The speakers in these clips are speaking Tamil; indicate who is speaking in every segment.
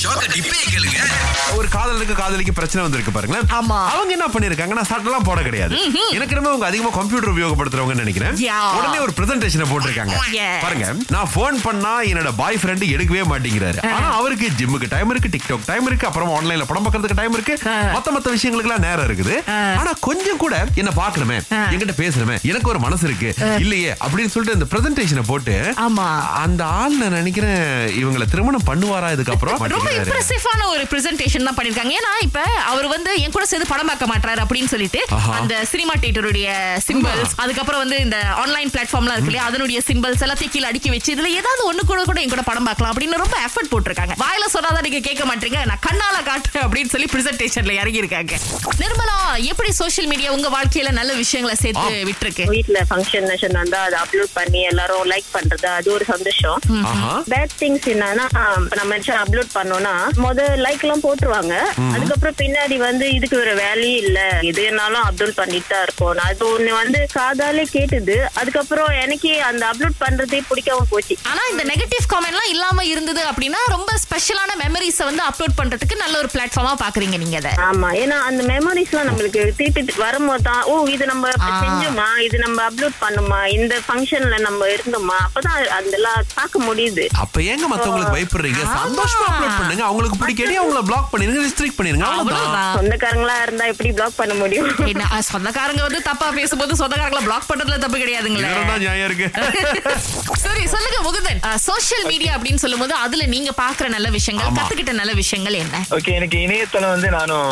Speaker 1: ஷோக்க டிப்பே கேளுங்க
Speaker 2: ஒரு காதலுக்கு காதலிக்கு பிரச்சனை வந்திருக்கு பாருங்களேன்
Speaker 3: ஆமா.
Speaker 2: அவங்க என்ன பண்ணிருக்காங்க நான் சட்டெல்லாம் போட கிடையாது எனக்கு என்னமோ அவங்க அதிகமா கம்ப்யூட்டர் உபயோகப்படுத்துறவங்கன்னு நினைக்கிறேன்
Speaker 3: Yeah.
Speaker 2: உடனே ஒரு பிரசன்டேஷனை போட்டிருக்காங்க
Speaker 3: Yes.
Speaker 2: பாருங்க நான் ஃபோன் பண்ணா என்னோட பாய் ஃப்ரெண்ட் எடுக்கவே மாட்டேங்கிறாரு ஆனா அவருக்கு ஜிம்முக்கு டைம் இருக்கு டிக்டாக் டைம் இருக்கு அப்புறம் ஆன்லைன்ல படம் பார்க்கறதுக்கு டைம் இருக்கு
Speaker 3: ஆ.
Speaker 2: மத்த மத்த விஷயங்களுக்கு எல்லாம் நேரம் இருக்குது ஆனா கொஞ்சம் கூட என்ன பாக்கணுமே
Speaker 3: ஆ.
Speaker 2: என்கிட்ட பேசணுமே எனக்கு ஒரு மனசு இருக்கு இல்லையே அப்படின்னு சொல்லிட்டு இந்த பிரசன்டேஷனை போட்டு
Speaker 3: ஆமா.
Speaker 2: அந்த ஆள் நான் நினைக்கிறேன் இவங்களை திருமணம் பண்ணுவாரா இதுக்கப்புறம்
Speaker 3: ரொம்ப
Speaker 2: மாட்டேங்கிறாரு.
Speaker 3: இம்ப்ரெசிவான ஒரு பிரசன்டேஷன் தான் பண்ணிருக்காங்க ஏன்னா இப்ப அவர் வந்து என் கூட சேர்ந்து படம் பார்க்க மாட்டாரு அப்படின்னு சொல்லிட்டு
Speaker 2: ஆஹா.
Speaker 3: அந்த சினிமா தியேட்டருடைய சிம்பிள்ஸ் அதுக்கப்புறம் வந்து இந்த ஆன்லைன் பிளாட்ஃபார்ம்லாம் இருக்கு இல்லையா அதனுடைய சிம்பிள்ஸ் எல்லாத்தையும் கீழே அடுக்கி வச்சு இதுல ஏதாவது ஒண்ணு கூட கூட என் கூட படம் பார்க்கலாம் அப்படின்னு ரொம்ப எஃபர்ட் போட்டிருக்காங்க வாயில சொன்னாதான் நீங்க கேட்க மாட்டீங்க நான் கண்ணால காட்டுறேன் அப்படின்னு சொல்லி பிரசன்டேஷன்ல இறங்கி இருக்காங்க நிர்மலா எப்படி சோஷியல் மீடியா உங்க வாழ்க்கையில நல்ல விஷயங்களை சேர்த்து விட்டுருக்கு
Speaker 4: வீட்ல ஃபங்க்ஷன் சொன்னா அதை அப்லோட் பண்ணி எல்லாரும் லைக் பண்றது அது ஒரு சந்தோஷம்
Speaker 2: ஆஹா
Speaker 4: பேட் திங்ஸ் என்னன்னா இப்ப நம்ம அப்லோட் பண்ணோம்னா முத லைக் எல்லாம் போட்டுருவாங்க அதுக்கப்புறம் பின்னாடி வந்து இதுக்கு ஒரு வேலையே இல்ல எதுனாலும் அப்லோட் பண்ணிட்டு தான் இருக்கோம் அது ஒண்ணு வந்து காதாலே கேட்டுது அதுக்கப்புறம் எனக்கே அந்த அப்லோட் பண்றதே பிடிக்காம போச்சு
Speaker 3: ஆனா இந்த நெகட்டிவ் காமெண்ட்லாம் இல்லாம இருந்தது அப்படின்னா ரொம்ப ஸ்பெஷலான மெமரிஸை வந்து அப்லோட் பண்றதுக்கு நல்ல ஒரு பிளாட்ஃபார்மா பாக்குறீங்க நீங்க அதை
Speaker 4: ஆமா ஏன்னா அந்த மெமரிஸ் எல்லாம் நம்மளுக்கு திருப்பி வரும்போது தான் ஓ இது நம்ம
Speaker 3: ஆ.
Speaker 4: செஞ்சோமா இது நம்ம அப்லோட் பண்ணோமா இந்த ஃபங்க்ஷன்ல நம்ம இருந்தோமா அப்பதான் அதெல்லாம் பார்க்க முடியுது
Speaker 2: அப்ப ஏங்க மத்தவங்களுக்கு பயப்படுறீங்க சந்தோஷமா அப்லோட் பண்ணுங்க அவங்களுக்கு பிடிக்கடி அவங்கள பிளாக் பண்ணிருங்க ரெஸ்ட்ரிக்ட் பண்ணிருங்க அவ்வளவுதான்
Speaker 3: அவ்வளவுதான்
Speaker 4: சொந்தக்காரங்களா இருந்தா எப்படி பிளாக் பண்ண முடியும்
Speaker 3: என்ன அஹ், சொந்தக்காரங்க வந்து தப்பா பேசும்போது சொந்தக்காரங்களை பிளாக் பண்றதுல தப்பு கிடையாதுங்களே
Speaker 2: இதுலதான் நியாயம் இருக்கு
Speaker 3: சரி சொல்லுங்க முகுதன் சோஷியல் மீடியா அப்படின்னு சொல்லும்போது அதுல நீங்க பாக்குற நல்ல விஷயங்கள்
Speaker 2: ஆமா.
Speaker 3: கத்துக்கிட்ட நல்ல விஷயங்கள் என்ன
Speaker 5: ஓகே எனக்கு இணையதளம் வந்து நானும்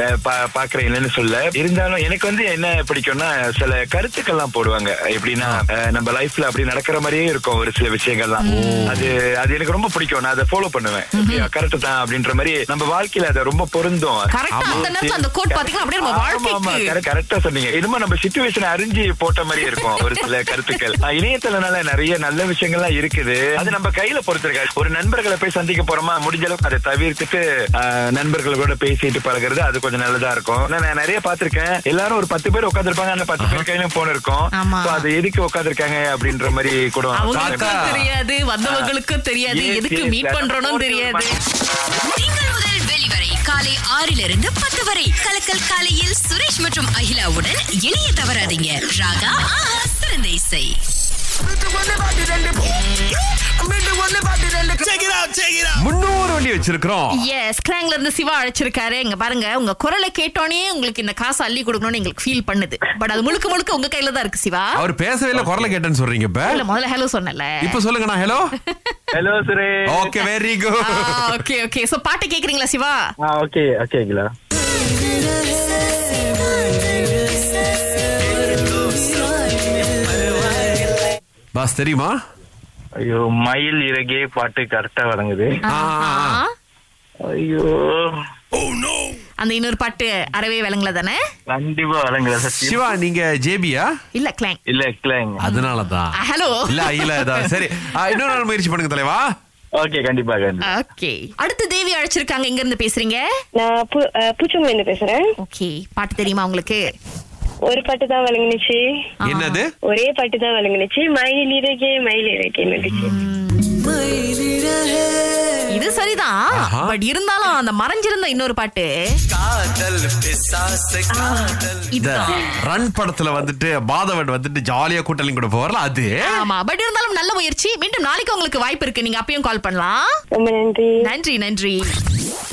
Speaker 5: நே- பா- பாக்குறேன் இல்லைன்னு சொல்ல இருந்தாலும் எனக்கு வந்து என்ன பிடிக்கும்னா சில கருத்துக்கள்லாம் போடுவாங்க எப்படின்னா அஹ், நம்ம லைஃப்ல அப்படி நடக்கிற மாதிரியே இருக்கும் ஒரு சில விஷயங்கள்லாம் அது அது எனக்கு ரொம்ப பிடிக்கும் நான் அதை ஃபாலோ பண்ணுவேன் கரெக்ட் தான் அப்படின்ற மாதிரி நம்ம வாழ்க்கையில அதை ரொம்ப பொருந்தும்
Speaker 3: கரெக்டா அந்த நேரத்துல அந்த கோட் பாத்தீங்கன்னா அப்படியே நம்ம வாழ்க்கைக்கு
Speaker 5: கரெக்டா சொன்னீங்க என்னமோ நம்ம சுச்சுவேஷன் அறிஞ்சு போட்ட மாதிரி இருக்கும் ஒரு சில கருத்துக்கள் அஹ், இணையதளம்னால நிறைய நல்ல விஷயங்கள்லாம் இருக்குது அது நம்ம கையில பொறுத்திருக்காரு ஒரு நண்பர்களை போய் சந்திக்க போறோமா முடிஞ்ச அளவுக்கு அதை தவிர்த்துட்டு அஹ், நண்பர்களோட பேசிட்டு பழகுறது அது கொஞ்சம் நல்லதா இருக்கும் ஆனா, நான் நிறைய பார்த்திருக்கேன் எல்லாரும் ஒரு பத்து பேர் உட்காந்துருப்பாங்க அந்த பத்து பேர் கையிலும் போன இருக்கும்
Speaker 3: ஆமா.
Speaker 5: So, அது எதுக்கு உட்காந்துருக்காங்க அப்படின்ற மாதிரி கூட
Speaker 3: அவங்களுக்கும்
Speaker 2: தாத்தா.
Speaker 3: தெரியாது வந்தவங்களுக்கும் தெரியாது
Speaker 5: Yes,
Speaker 3: எதுக்கு
Speaker 5: yes,
Speaker 3: மீட்
Speaker 5: அதான்
Speaker 3: பண்றோம்னு
Speaker 5: phone
Speaker 3: தெரியாது
Speaker 6: திங்கள் முதல் வெளிவரை காலை ஆறிலிருந்து பத்து வரை கலக்கல் காலையில் சுரேஷ் மற்றும் அகிலாவுடன் இணைய தவறாதீங்க ராகா ஆஹா, சிறந்த இசை
Speaker 2: முன்னூறு வண்டி வச்சிருக்கிறோம்
Speaker 3: எஸ் கிராங்ல இருந்து சிவா அழைச்சிருக்காரு இங்க பாருங்க உங்க குரலை கேட்டோனே உங்களுக்கு இந்த காசு அள்ளி கொடுக்கணும்னு எங்களுக்கு ஃபீல் பண்ணுது பட் அது முழுக்க முழுக்க உங்க கையில தான் இருக்கு சிவா
Speaker 2: அவர் பேசவே இல்ல குரலை கேட்டேன்னு சொல்றீங்க இப்ப
Speaker 3: இல்ல முதல்ல ஹலோ சொன்னல
Speaker 2: இப்ப சொல்லுங்க நான் hello
Speaker 5: hello Suresh
Speaker 2: okay very good
Speaker 3: okay okay so பாட்டு கேக்குறீங்களா சிவா
Speaker 5: ஓகே ஓகேங்களா
Speaker 2: பாஸ் தெரியுமா
Speaker 5: ஐயோ மயில் இறகே பாட்டு கரெக்டா வழங்குது
Speaker 2: ஆ, ஆ, ஆ.
Speaker 3: ஆ,
Speaker 5: ஐயோ
Speaker 2: Oh,
Speaker 3: அந்த இன்னொரு பாட்டு அறவே விளங்கல தானே
Speaker 5: கண்டிப்பா வழங்குல சத்தியம்
Speaker 2: சிவா நீங்க ஜேபியா
Speaker 3: இல்ல கிளாங்
Speaker 5: இல்ல இல்லங்க
Speaker 2: அதனாலதான்
Speaker 3: ஹலோ
Speaker 2: இல்ல இல்ல இதான். சரி ஆ, இன்னொரு நாள் முயற்சி பண்ணுங்க தலைவா
Speaker 5: ஓகே கண்டிப்பா கண்டிப்பா
Speaker 3: ஓகே அடுத்து தேவி அழைச்சிருக்காங்க எங்க இருந்து பேசுறீங்க
Speaker 4: நான் பூச்சமேந்து பேசுறேன்
Speaker 3: ஓகே பாட்டு தெரியுமா உங்களுக்கு
Speaker 4: ஒரு பாட்டு தான் விளங்குனுச்சு
Speaker 3: ஆ.
Speaker 2: என்னது
Speaker 4: ஒரே பாட்டு தான் விளங்குனுச்சு மயில் இறகே மயில் இறகே நடிச்சு
Speaker 3: இது சரிதான்
Speaker 2: ஆஹா.
Speaker 3: பட் இருந்தாலும் அந்த மறைஞ்சிருந்த இன்னொரு பாட்டு
Speaker 1: காதல் பிசாசு காதல்
Speaker 2: இந்த
Speaker 3: இதுதான்
Speaker 2: ரன் படத்துல வந்துட்டு மாதவன் வந்துட்டு ஜாலியா கூட்டலிங் கூட போவார்ல அது
Speaker 3: ஆமா பட் இருந்தாலும் நல்ல முயற்சி மீண்டும் நாளைக்கு உங்களுக்கு வாய்ப்பு இருக்கு நீங்க அப்பயும் கால் பண்ணலாம்
Speaker 4: ரொம்ப நன்றி
Speaker 3: நன்றி நன்றி